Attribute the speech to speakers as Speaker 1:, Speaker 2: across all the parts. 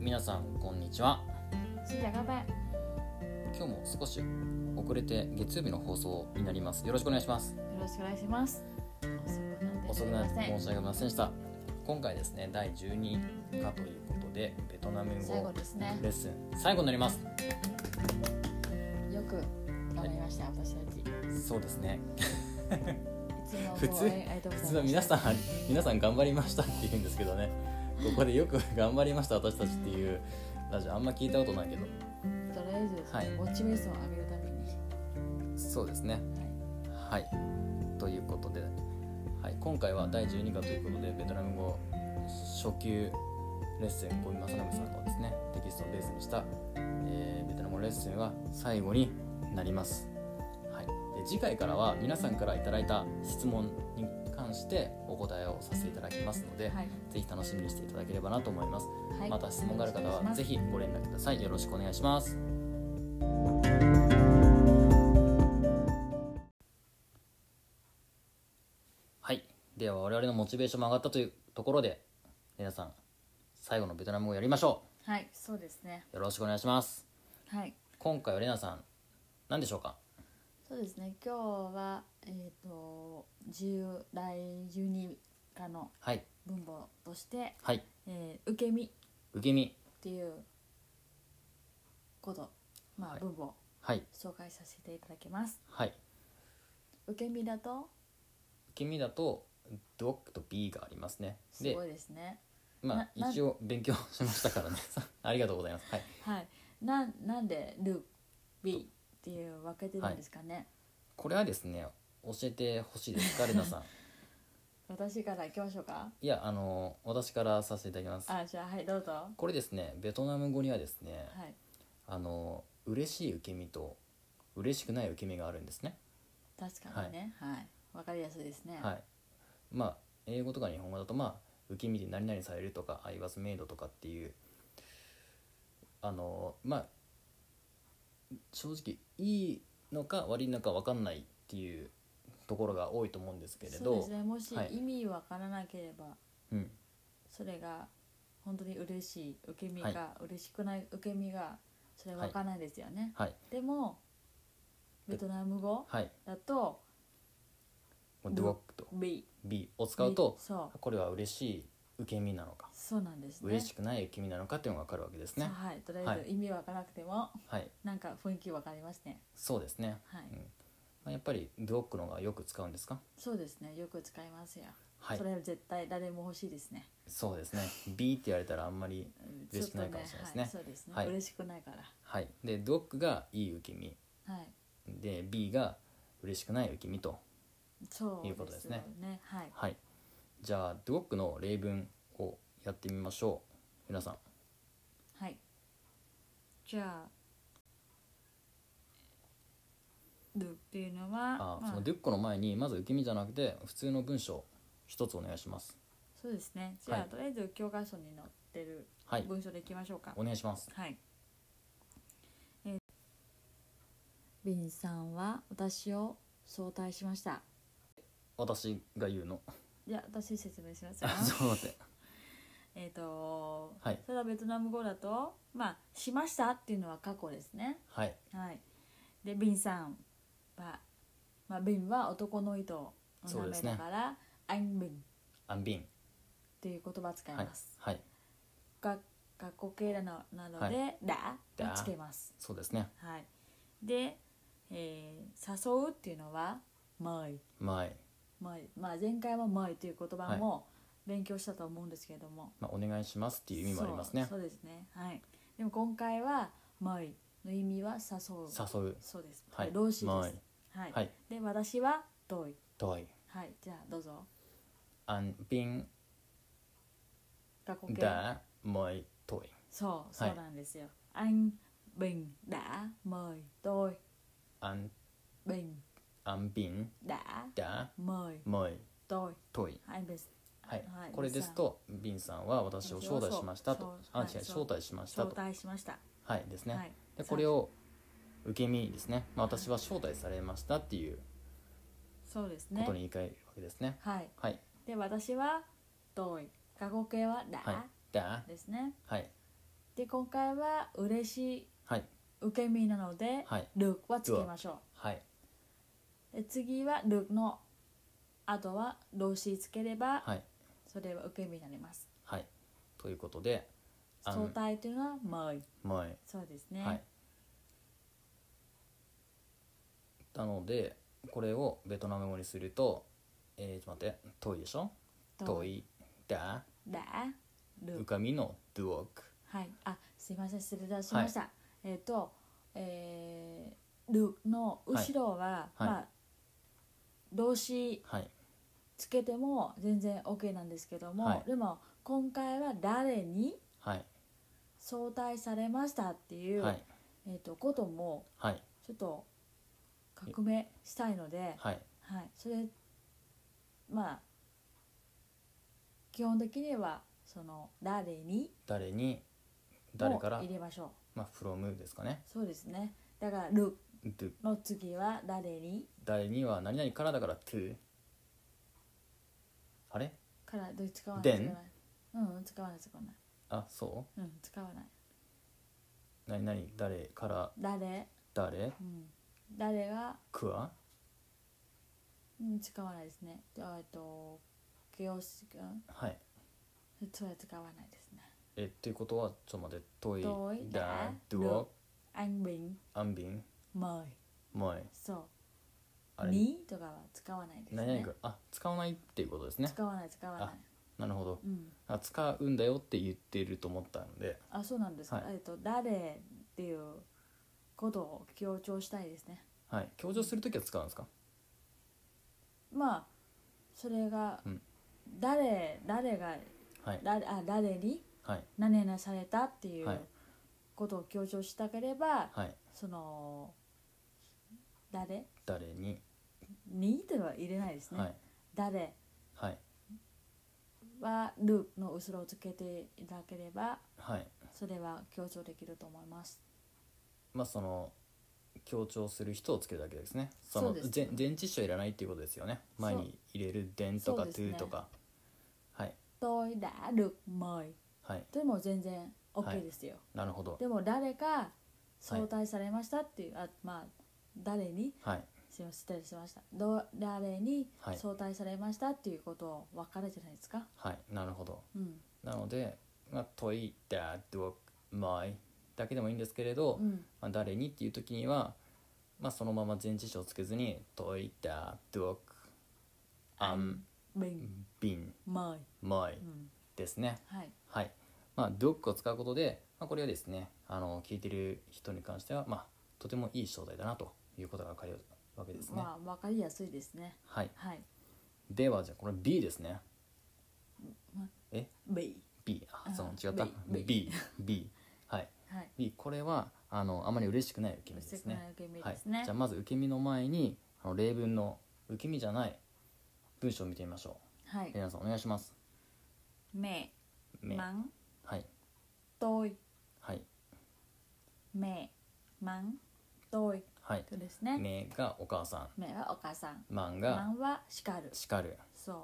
Speaker 1: 皆さんこんにちは
Speaker 2: Xin chào các bạn,
Speaker 1: 今日も少し遅れて月曜日の放送になりますよろしくお願いします
Speaker 2: よろしくお願いします。遅
Speaker 1: 遅
Speaker 2: く
Speaker 1: く
Speaker 2: な
Speaker 1: なっ
Speaker 2: っ
Speaker 1: てて
Speaker 2: す
Speaker 1: 申し
Speaker 2: みませ
Speaker 1: 訳ありませんでした今回ですね第12課ということでベトナム
Speaker 2: ん。最後
Speaker 1: 語
Speaker 2: ですね。
Speaker 1: レッスン最後になります
Speaker 2: よく頑張りました、私たち。い
Speaker 1: そうですね
Speaker 2: つも
Speaker 1: 普通普通は皆さん皆さん頑張りましたって言うんですけどねここでよく頑張りました私たちっていうラジオあんま聞いたことないけど
Speaker 2: ん。とりあえずですね、
Speaker 1: はい
Speaker 2: ウォッチミスを上げるために。
Speaker 1: そうですねはいということで、はい、今回は第12課ということでベトナム語初級レッスン小見正信さんのですねテキストをベースにした、えーベトナム語レッスンは最後になります、はい、で次回からは皆さんからいただいた質問に関してお答えをさせていただきますので、
Speaker 2: はい。
Speaker 1: ぜひ楽しみにしていただければなと思います、
Speaker 2: はい。
Speaker 1: また質問がある方はぜ
Speaker 2: ひ。
Speaker 1: ひご連絡くださいよろしくお願いしますはいでは我々のモチベーションも上がったというところで皆さん最後のベトナム語をやりましょ
Speaker 2: はい、そうですね。
Speaker 1: うよろしくお願いします
Speaker 2: はい。
Speaker 1: 今回はレナさん何でしょうか
Speaker 2: そうですね。今日はえっ、と10第12課の
Speaker 1: はい
Speaker 2: 文法として、
Speaker 1: はい
Speaker 2: えー、受け身っ
Speaker 1: 受け身
Speaker 2: ていうこと、ま
Speaker 1: は
Speaker 2: あ
Speaker 1: い
Speaker 2: 文法を
Speaker 1: はい
Speaker 2: 紹介させていただきます。
Speaker 1: はい受
Speaker 2: 受け身だと
Speaker 1: け身だとドックと B がありますね
Speaker 2: す
Speaker 1: で
Speaker 2: ごいですね
Speaker 1: まあ
Speaker 2: ななん
Speaker 1: 一応勉強しました からねありがとうございますはい
Speaker 2: はいなんなんでルビっていう分けてるんですかね、
Speaker 1: これはですね教えてほしいですかレナ さん
Speaker 2: 私から行きましょうか
Speaker 1: いやあの私からさせていただきます
Speaker 2: あじゃあはいどうぞは
Speaker 1: これですねベトナム語にはですね
Speaker 2: い
Speaker 1: あの嬉しい受け身と嬉しくない受け身があるんですね
Speaker 2: 確かにねはい、分かりやすいですね
Speaker 1: はいまあ英語とか日本語だとまあ受け身で何々されるとか I was made とかっていうあのまあ正直いいのか悪いのか分かんないっていうところが多いと思うんですけれ
Speaker 2: そうで
Speaker 1: ど
Speaker 2: すねもし
Speaker 1: はい
Speaker 2: 意味わからなければ、
Speaker 1: うん
Speaker 2: それが本当に嬉しい受け身
Speaker 1: はい
Speaker 2: が、嬉しくない受け身がそれは分からないですよね、
Speaker 1: はい
Speaker 2: でもベトナム語
Speaker 1: はい
Speaker 2: だと
Speaker 1: もうドワックと
Speaker 2: B
Speaker 1: B を使うと
Speaker 2: そう
Speaker 1: これは嬉しい受け身なのか
Speaker 2: そうなんですね
Speaker 1: 嬉しくない受け身なのかっていうのが分かるわけですね
Speaker 2: はいとり
Speaker 1: は
Speaker 2: あえず
Speaker 1: い
Speaker 2: 意味わからなくても、
Speaker 1: はい
Speaker 2: なんか雰囲気わかりますね
Speaker 1: そうですね、
Speaker 2: はい、
Speaker 1: うんまあ、やっぱりドワックの方がよく使うんですか
Speaker 2: そうですねよく使いますよ、
Speaker 1: はい
Speaker 2: それは絶対誰も欲しいですね
Speaker 1: そうですね B って言われたらあんまり
Speaker 2: うん
Speaker 1: 嬉しくないかもしれないです
Speaker 2: ちょっとねはい、そうですね、
Speaker 1: はい
Speaker 2: 嬉しくないから
Speaker 1: はいでドワックがいい受け身
Speaker 2: はい
Speaker 1: で B が嬉しくない受け身と
Speaker 2: そう
Speaker 1: いうことですね
Speaker 2: よねはい
Speaker 1: はいじゃあドワックの例文をやってみましょう皆さん
Speaker 2: はいじゃあドゥっていうのは
Speaker 1: あ、
Speaker 2: まあ
Speaker 1: そのドゥッコの前にまず受け身じゃなくて普通の文章一つお願いします
Speaker 2: そうですねじゃあ、
Speaker 1: はい
Speaker 2: とりあえず教科書に載ってる
Speaker 1: はい
Speaker 2: 文章でいきましょうか
Speaker 1: お願いします
Speaker 2: はい。えー、ビンさんは私を早退しました。
Speaker 1: 私が言うの
Speaker 2: いや、私説明します
Speaker 1: あ
Speaker 2: よ。
Speaker 1: ちょっと待って
Speaker 2: えっと、
Speaker 1: はい
Speaker 2: ただベトナム語だと、まあ、しましたっていうのは過去ですね。
Speaker 1: はい
Speaker 2: はい。で、ビンさんは、まあ、ビンは男の糸の
Speaker 1: そう
Speaker 2: 名
Speaker 1: です
Speaker 2: 前
Speaker 1: ね
Speaker 2: だから、アインビンっ
Speaker 1: アンビン
Speaker 2: ていう言葉使い
Speaker 1: はい
Speaker 2: ます。
Speaker 1: はい
Speaker 2: が学校系なのなので、
Speaker 1: は
Speaker 2: だ
Speaker 1: だ
Speaker 2: をつけます。
Speaker 1: そうですね
Speaker 2: はい、で、えー誘うっていうのは「前
Speaker 1: 前、」
Speaker 2: 前まあ、前回は「前」という言葉も勉強したと思うんですけれども、
Speaker 1: まあ、お願いしますっていう意味もありますね
Speaker 2: そうそうですねはいでも今回は「前」の意味は「誘う」
Speaker 1: 誘う
Speaker 2: そうです、
Speaker 1: はい
Speaker 2: 動詞です
Speaker 1: 前
Speaker 2: はい、
Speaker 1: はい
Speaker 2: で私は「どい
Speaker 1: とはい
Speaker 2: はいじゃあどうぞ
Speaker 1: アンビン
Speaker 2: 学校系
Speaker 1: だもいとい
Speaker 2: そうそうなんですよ、anh bình đã mời tôi
Speaker 1: アン
Speaker 2: bình
Speaker 1: アンビン
Speaker 2: đã
Speaker 1: だ
Speaker 2: mời
Speaker 1: もい
Speaker 2: tôi
Speaker 1: とい
Speaker 2: anh bình
Speaker 1: はい
Speaker 2: はい
Speaker 1: これですとビンさんは私を招待しましたと
Speaker 2: そ
Speaker 1: あ
Speaker 2: う
Speaker 1: 違う
Speaker 2: そう
Speaker 1: 招待しました
Speaker 2: 招
Speaker 1: と
Speaker 2: 待しました
Speaker 1: はいです
Speaker 2: は
Speaker 1: ね
Speaker 2: い
Speaker 1: でこれを受け身ですね、まあ、私は招待されましたっていう
Speaker 2: そうです
Speaker 1: こ
Speaker 2: ね
Speaker 1: とに言い換えるわけですね
Speaker 2: はい
Speaker 1: はい
Speaker 2: で私は「どい」過去形は「だ
Speaker 1: はいだ
Speaker 2: ですね
Speaker 1: はい
Speaker 2: で今回は嬉しい
Speaker 1: はい
Speaker 2: 受け身なので、
Speaker 1: はい
Speaker 2: ルークはつけましょ
Speaker 1: はいう
Speaker 2: で次はルークの後は動詞つければ、
Speaker 1: はい
Speaker 2: それは受け身になります
Speaker 1: はいということであ
Speaker 2: 相
Speaker 1: の
Speaker 2: 対というのは前
Speaker 1: 前
Speaker 2: そうですね、
Speaker 1: はいなのでこれをベトナム語にするとえー、ちょっと待って遠いでしょ遠いだ
Speaker 2: だル
Speaker 1: 浮
Speaker 2: ーク
Speaker 1: かみのドゥオク
Speaker 2: はいあすいません失礼いたしました、えっ、とえー、ルークの後ろは、
Speaker 1: はい
Speaker 2: まあ動詞
Speaker 1: はい
Speaker 2: つけても全然 OK なんですけども、
Speaker 1: はい
Speaker 2: でも今回は誰に
Speaker 1: はい
Speaker 2: 相対されましたっていう、
Speaker 1: はい
Speaker 2: えー、とことも
Speaker 1: はい
Speaker 2: ちょっと革命したいので、
Speaker 1: はい
Speaker 2: はい、それまあ基本的にはその「誰に
Speaker 1: 誰に」誰
Speaker 2: も
Speaker 1: から
Speaker 2: 入れましょ
Speaker 1: まあ from ですかね
Speaker 2: うそうですねだから「る
Speaker 1: ドゥ」
Speaker 2: の次は「誰に
Speaker 1: 誰には何々からだからトゥあれ」
Speaker 2: からどう使わない
Speaker 1: Then？
Speaker 2: 使わないうんうん使わない使わない
Speaker 1: あそ
Speaker 2: うん使わないう
Speaker 1: 何々誰から
Speaker 2: 誰、
Speaker 1: 誰
Speaker 2: うん、誰が
Speaker 1: くわ
Speaker 2: うん使わないですねでえっと形式うん
Speaker 1: はい
Speaker 2: それは使わないですね
Speaker 1: えっていうことはちょっと待って遠い
Speaker 2: 遠い
Speaker 1: だ
Speaker 2: だ
Speaker 1: ドゥオク
Speaker 2: 安bình
Speaker 1: アンビン
Speaker 2: mời
Speaker 1: マイ
Speaker 2: そ
Speaker 1: あ
Speaker 2: う「
Speaker 1: れ
Speaker 2: に」とかは使わないです
Speaker 1: 何々
Speaker 2: ね
Speaker 1: からあ使わないっていうことですね
Speaker 2: 使わない使わない
Speaker 1: なるほど
Speaker 2: うん
Speaker 1: あ使うんだよって言ってると思ったので
Speaker 2: あそうなんですか、
Speaker 1: はい
Speaker 2: えっと誰っていうことを強調したいですね
Speaker 1: はい強調するときは使うんですか
Speaker 2: まあそれが、
Speaker 1: うん
Speaker 2: 誰誰が
Speaker 1: はい
Speaker 2: 誰あ誰に
Speaker 1: はい
Speaker 2: 何々されたってい
Speaker 1: は
Speaker 2: う
Speaker 1: い
Speaker 2: ことを強調したければ、
Speaker 1: はい
Speaker 2: その誰
Speaker 1: 誰に
Speaker 2: にでは入れないですね、
Speaker 1: はい
Speaker 2: 誰
Speaker 1: はい
Speaker 2: はルの後ろをつけていただければ
Speaker 1: はい
Speaker 2: それは強調できると思います
Speaker 1: まあその強調する人をつけるだけですねそ
Speaker 2: そ
Speaker 1: の
Speaker 2: うです
Speaker 1: 前前置詞はいらないっていうことですよね前に入れる「でん」とか「
Speaker 2: そ
Speaker 1: と
Speaker 2: うですね
Speaker 1: ゥ」とかはい
Speaker 2: tôi đã được mời
Speaker 1: はい
Speaker 2: でも全然
Speaker 1: はい
Speaker 2: OK ですよ、
Speaker 1: なるほど
Speaker 2: でも誰が招待されましたっていう、あまあ誰に
Speaker 1: はい
Speaker 2: すいません失礼しましたど誰に
Speaker 1: はい
Speaker 2: 招待されましたっていうことを分かるじゃないですか、
Speaker 1: はいなるほど
Speaker 2: うん
Speaker 1: なので「まあ、問い」「だ」「ど」「まい」だけでもいいんですけれど、
Speaker 2: うん
Speaker 1: まあ、誰にっていう時には、まあ、そのまま前置詞をつけずに「といたどくあん
Speaker 2: bình
Speaker 1: びん
Speaker 2: mời
Speaker 1: まい
Speaker 2: うん」
Speaker 1: ですね。
Speaker 2: はい
Speaker 1: はい。まあ「どく」を使うことで、まあ、これはですねあの聞いてる人に関しては、まあ、とてもいい招待だなということが分かるわけですね。
Speaker 2: まあ分かりやすいですね
Speaker 1: はい、
Speaker 2: はい
Speaker 1: ではじゃあこれ B ですね。
Speaker 2: ま
Speaker 1: え
Speaker 2: B
Speaker 1: B あ
Speaker 2: あ
Speaker 1: その違った
Speaker 2: B
Speaker 1: B B はい
Speaker 2: はい
Speaker 1: いいこれはあのあまり嬉しくない受け身ですね
Speaker 2: 嬉しくない受け身
Speaker 1: は
Speaker 2: ですね
Speaker 1: い、じゃあまず受け身の前にあの例文の受け身じゃない文章を見てみましょ
Speaker 2: は
Speaker 1: う
Speaker 2: い
Speaker 1: 皆さんお願いします
Speaker 2: mẹ
Speaker 1: め
Speaker 2: mắng
Speaker 1: はい
Speaker 2: tôi
Speaker 1: はい
Speaker 2: mẹ mắng tôi
Speaker 1: はい
Speaker 2: そうですね
Speaker 1: めがお母さ
Speaker 2: mẹ はお母さん
Speaker 1: んまんが
Speaker 2: mắng は叱る
Speaker 1: 叱る
Speaker 2: そう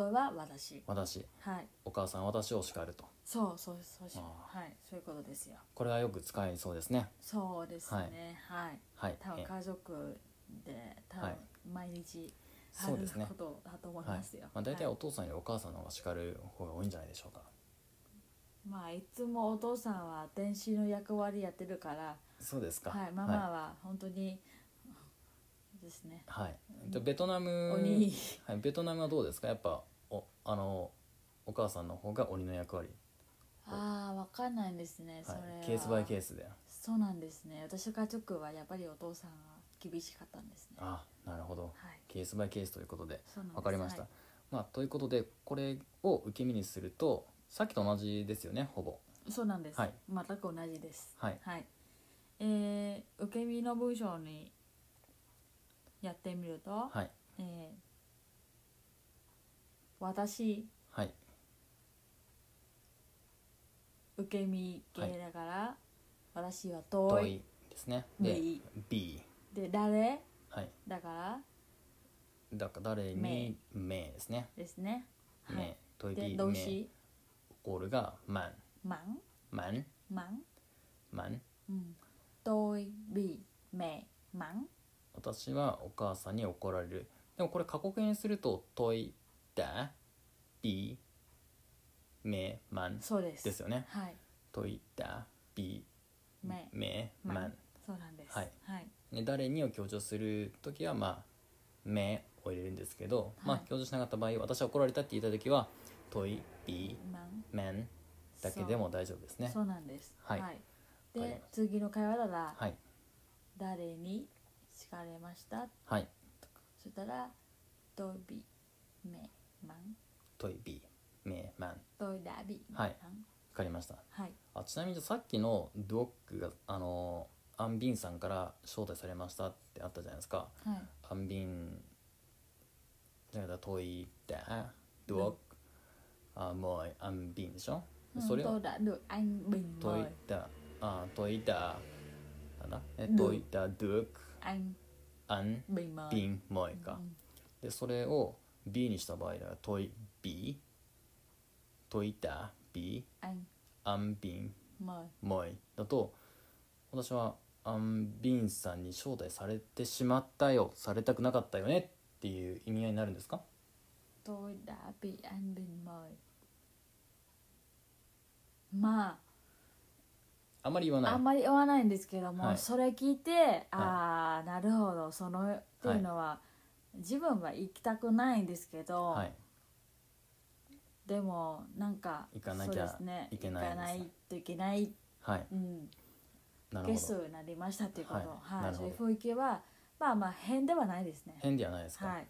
Speaker 2: tôi は私
Speaker 1: 私
Speaker 2: はい
Speaker 1: お母さん私を叱ると
Speaker 2: そうそうそうし
Speaker 1: あ
Speaker 2: はいそういうことですよ
Speaker 1: これはよく使えそうですね
Speaker 2: そうですねはい、
Speaker 1: はい
Speaker 2: 多分
Speaker 1: え
Speaker 2: 家族で多
Speaker 1: は
Speaker 2: 分
Speaker 1: い
Speaker 2: 毎日あ
Speaker 1: そう
Speaker 2: る
Speaker 1: ですね
Speaker 2: ことだと思い
Speaker 1: はい
Speaker 2: ますよ、
Speaker 1: まあ、大体
Speaker 2: は
Speaker 1: お
Speaker 2: い
Speaker 1: 父さんよりお母さんの方が叱る方が多いんじゃないでしょうか
Speaker 2: まあいつもお父さんは電子の役割やってるから
Speaker 1: そうですか
Speaker 2: はいママは本当に、ですね
Speaker 1: はい、はいでベトナム
Speaker 2: 鬼
Speaker 1: はい、ベトナムはどうですかやっぱおあのお母さんの方が鬼の役割、
Speaker 2: ああわかんないんですね、
Speaker 1: は
Speaker 2: それ
Speaker 1: い、ケースバイケ
Speaker 2: ース
Speaker 1: ースで
Speaker 2: そうなんですね私の家族はやっぱりお父さんは厳しかったんですねは
Speaker 1: あなるほど
Speaker 2: い
Speaker 1: ケースバイケースということで
Speaker 2: そうなんです
Speaker 1: 分かりました、
Speaker 2: はい
Speaker 1: まあ、ということでこれを受け身にするとさっきと同じですよねほぼ
Speaker 2: そうなんです、
Speaker 1: はい
Speaker 2: 全く同じです
Speaker 1: はい
Speaker 2: えー受け身の文章にやってみると、
Speaker 1: はい
Speaker 2: えー私
Speaker 1: はい
Speaker 2: 受け身系だから、私は
Speaker 1: 「
Speaker 2: 遠
Speaker 1: 遠
Speaker 2: い
Speaker 1: い」ですねで
Speaker 2: B
Speaker 1: B
Speaker 2: で誰
Speaker 1: はい
Speaker 2: だから
Speaker 1: だから誰に「め」ですね
Speaker 2: ですね
Speaker 1: 「
Speaker 2: はい
Speaker 1: め」とい
Speaker 2: で
Speaker 1: び
Speaker 2: 動
Speaker 1: め」
Speaker 2: 詞
Speaker 1: ゴールが「まん」
Speaker 2: マン
Speaker 1: 「まん」
Speaker 2: 「 mắng
Speaker 1: man
Speaker 2: ừ. tôi bị mẹ mắng
Speaker 1: 私はお母さんに怒られるでもこれ過去形にすると「といだびめまん」
Speaker 2: そうです
Speaker 1: ですよね
Speaker 2: はい
Speaker 1: 「といだび
Speaker 2: め
Speaker 1: め
Speaker 2: まん
Speaker 1: まん
Speaker 2: そうなんです
Speaker 1: はい、
Speaker 2: はい、」
Speaker 1: ね誰にを強調する時はまあ「め」を入れるんですけど、まあ
Speaker 2: はい
Speaker 1: 強調しなかった場合私は怒られたって言った時は「といび
Speaker 2: mắng
Speaker 1: めん」だけでも大丈夫ですね
Speaker 2: そうなんです
Speaker 1: はいわかりま
Speaker 2: で
Speaker 1: した
Speaker 2: 次の会話だら、
Speaker 1: はい
Speaker 2: 誰に叱られました
Speaker 1: はい
Speaker 2: そしたら「tôi bị mẹ mắng
Speaker 1: 「といびめまん」わ
Speaker 2: tôi đã bị mẹ
Speaker 1: はい
Speaker 2: mắng
Speaker 1: かりました
Speaker 2: はい
Speaker 1: あちなみにさっきのドッグがあのアンビンさんから招待されましたってあったじゃないですか
Speaker 2: はい
Speaker 1: アンビンじゃあ遠いってドッグあもうアンビンでしょ、で
Speaker 2: Ừ,
Speaker 1: それを
Speaker 2: tôi đã được anh Bình
Speaker 1: 遠いっ
Speaker 2: mời
Speaker 1: てあ遠いだなんだえ
Speaker 2: ド
Speaker 1: 遠いだドッグ
Speaker 2: anh
Speaker 1: アン
Speaker 2: Bình mời
Speaker 1: ビンもいか、でそれを B にした場合だ遠い B 遠いだ B
Speaker 2: anh
Speaker 1: アンビン
Speaker 2: mời
Speaker 1: 前だと私はアン・ビンさんに招待されてしまったよされたくなかったよねっていう意味合いになるんですか
Speaker 2: tôi đã bị anh Bình mời mà
Speaker 1: あまり言わない
Speaker 2: あんまり言わないんですけども、
Speaker 1: はい
Speaker 2: それ聞いて、ああなるほどそのっていうのは、自分は行きたくないんですけど、
Speaker 1: はい
Speaker 2: でもなんか
Speaker 1: 行かなきゃ
Speaker 2: そうですね
Speaker 1: いけない
Speaker 2: 行かないといけない、
Speaker 1: はい
Speaker 2: うん、
Speaker 1: なる
Speaker 2: ゲ
Speaker 1: ほ
Speaker 2: スト
Speaker 1: ど
Speaker 2: になりましたっていうこと、
Speaker 1: は
Speaker 2: はいい
Speaker 1: なるほ
Speaker 2: そう
Speaker 1: ど
Speaker 2: いう雰囲気はまあまあ変ではないですね。
Speaker 1: 変ではないですか、
Speaker 2: はい、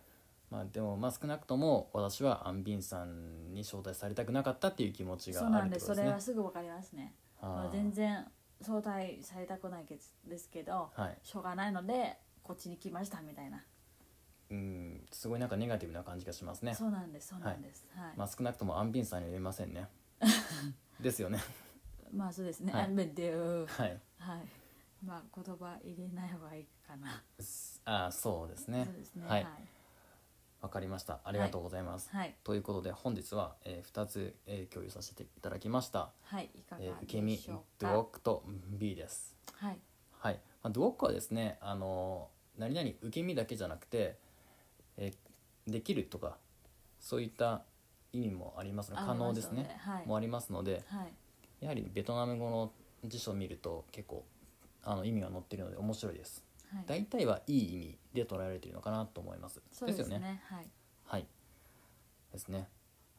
Speaker 1: まあ、でもまあ少なくとも私はアン・ビンさんに招待されたくなかったっていう気持ち
Speaker 2: そう
Speaker 1: があ
Speaker 2: な
Speaker 1: る
Speaker 2: ん
Speaker 1: って
Speaker 2: で
Speaker 1: こ
Speaker 2: す
Speaker 1: と
Speaker 2: そ
Speaker 1: です
Speaker 2: れ
Speaker 1: ね
Speaker 2: はすぐわかりますね。ま
Speaker 1: あ
Speaker 2: あ、
Speaker 1: ー
Speaker 2: 全然招待されたくないけつですけど、
Speaker 1: はい
Speaker 2: しょうがないのでこっちに来ましたみたいな。
Speaker 1: うんすごいなんかネガティブな感じがしますね
Speaker 2: そうなんですそうなんです。はい
Speaker 1: まあ少なくともアン・ビンさんには言えません ねですよね
Speaker 2: まあそうですね。
Speaker 1: はい
Speaker 2: あめでう
Speaker 1: はい
Speaker 2: はい。まあ言葉入れない方がいいかな。
Speaker 1: ああそうですね
Speaker 2: そうですね。
Speaker 1: は
Speaker 2: はいい
Speaker 1: わ、。かりましたありがとうございます、
Speaker 2: はい。
Speaker 1: ということで本日は、えー2つ、えー共有させていただきました、
Speaker 2: はい。いかが
Speaker 1: えー受け
Speaker 2: で
Speaker 1: 身
Speaker 2: しょう
Speaker 1: ド
Speaker 2: か。
Speaker 1: ゥオックと B です
Speaker 2: はい。
Speaker 1: はい、まあ、ドゥオックはですねあのー何々受け身だけじゃなくて、えーできるとかそういった意味もありますね可能ですね
Speaker 2: ありますのではい
Speaker 1: もありますので
Speaker 2: はい。
Speaker 1: やはりベトナム語の辞書を見ると結構あの意味が載ってるので面白いです
Speaker 2: はい。
Speaker 1: 大体はいい意味で捉えられているのかなと思います
Speaker 2: そうです
Speaker 1: よね
Speaker 2: ね。はい。
Speaker 1: はいですね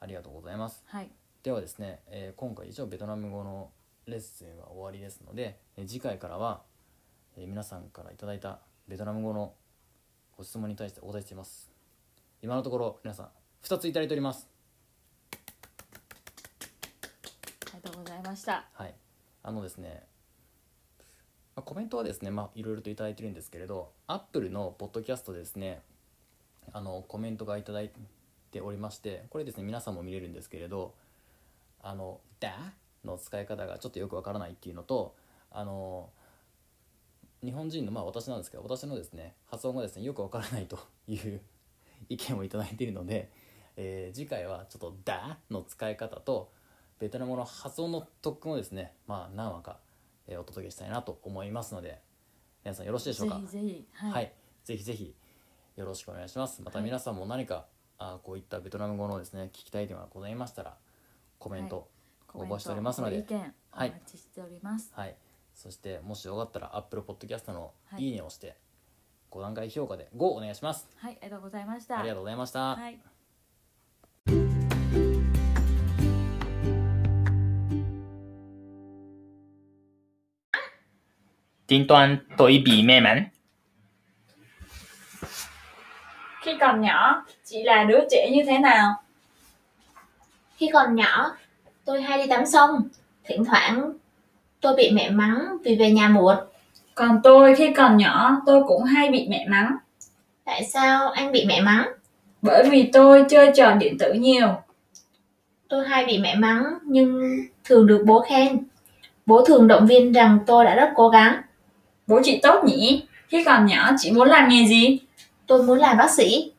Speaker 1: ありがとうございます
Speaker 2: はい。
Speaker 1: ではですね、えー今回以上ベトナム語のレッスンは終わりですので、えー次回からは、えー皆さんからいただいたベトナム語のご質問に対してお答えしています今のところ皆さん2ついただいております
Speaker 2: ありがとうございました。
Speaker 1: はいあのですね、まあコメントはですねまあいろいろといただいてるんですけれどアップルのポッドキャストでですねあのコメントがいただいておりましてこれですね皆さんも見れるんですけれどあの「だ」の使い方がちょっとよくわからないっていうのとあの日本人のまあ私なんですけど私のですね発音がですねよくわからないという 意見をいただいているので、えー次回はちょっと「だ」の使い方とベトナム語の発音の特訓をですねまあ何話か、えーお届けしたいなと思いますので皆さんよろしいでしょ
Speaker 2: ぜ
Speaker 1: うか
Speaker 2: ひぜひ。
Speaker 1: は
Speaker 2: はいい。、
Speaker 1: ぜひぜひよろしくお願いします。また
Speaker 2: はい
Speaker 1: 皆さんも何か、あこういったベトナム語のですね聞きたい点がございましたらコメント、
Speaker 2: コメン
Speaker 1: 応募
Speaker 2: ト
Speaker 1: しておりますので
Speaker 2: ご意見お
Speaker 1: はい
Speaker 2: 待ちしております。
Speaker 1: はい、そしてもしよかったら Apple Podcast の
Speaker 2: はい
Speaker 1: いいねを押して、5段階評価で5お願いします。
Speaker 2: はい。ありがとうございました。
Speaker 1: ありがとうございました。
Speaker 2: はい。
Speaker 1: Tin toán tôi bị mê mẩn.
Speaker 2: Khi còn nhỏ, chị là đứa trẻ như thế nào?
Speaker 3: Khi còn nhỏ, tôi hay đi tắm sông. Thỉnh thoảng tôi bị mẹ mắng vì về nhà muộn.
Speaker 2: Còn tôi khi còn nhỏ, tôi cũng hay bị mẹ mắng
Speaker 3: Tại sao anh bị mẹ mắng?
Speaker 2: bởi vì tôi chơi trò điện tử nhiều.
Speaker 3: Tôi hay bị mẹ mắng nhưng thường được bố khen. Bố thường động viên rằng tôi đã rất cố gắng.
Speaker 2: Bố chị tốt nhỉ? Khi còn nhỏ chị muốn làm nghề gì?
Speaker 3: Tôi muốn làm bác sĩ.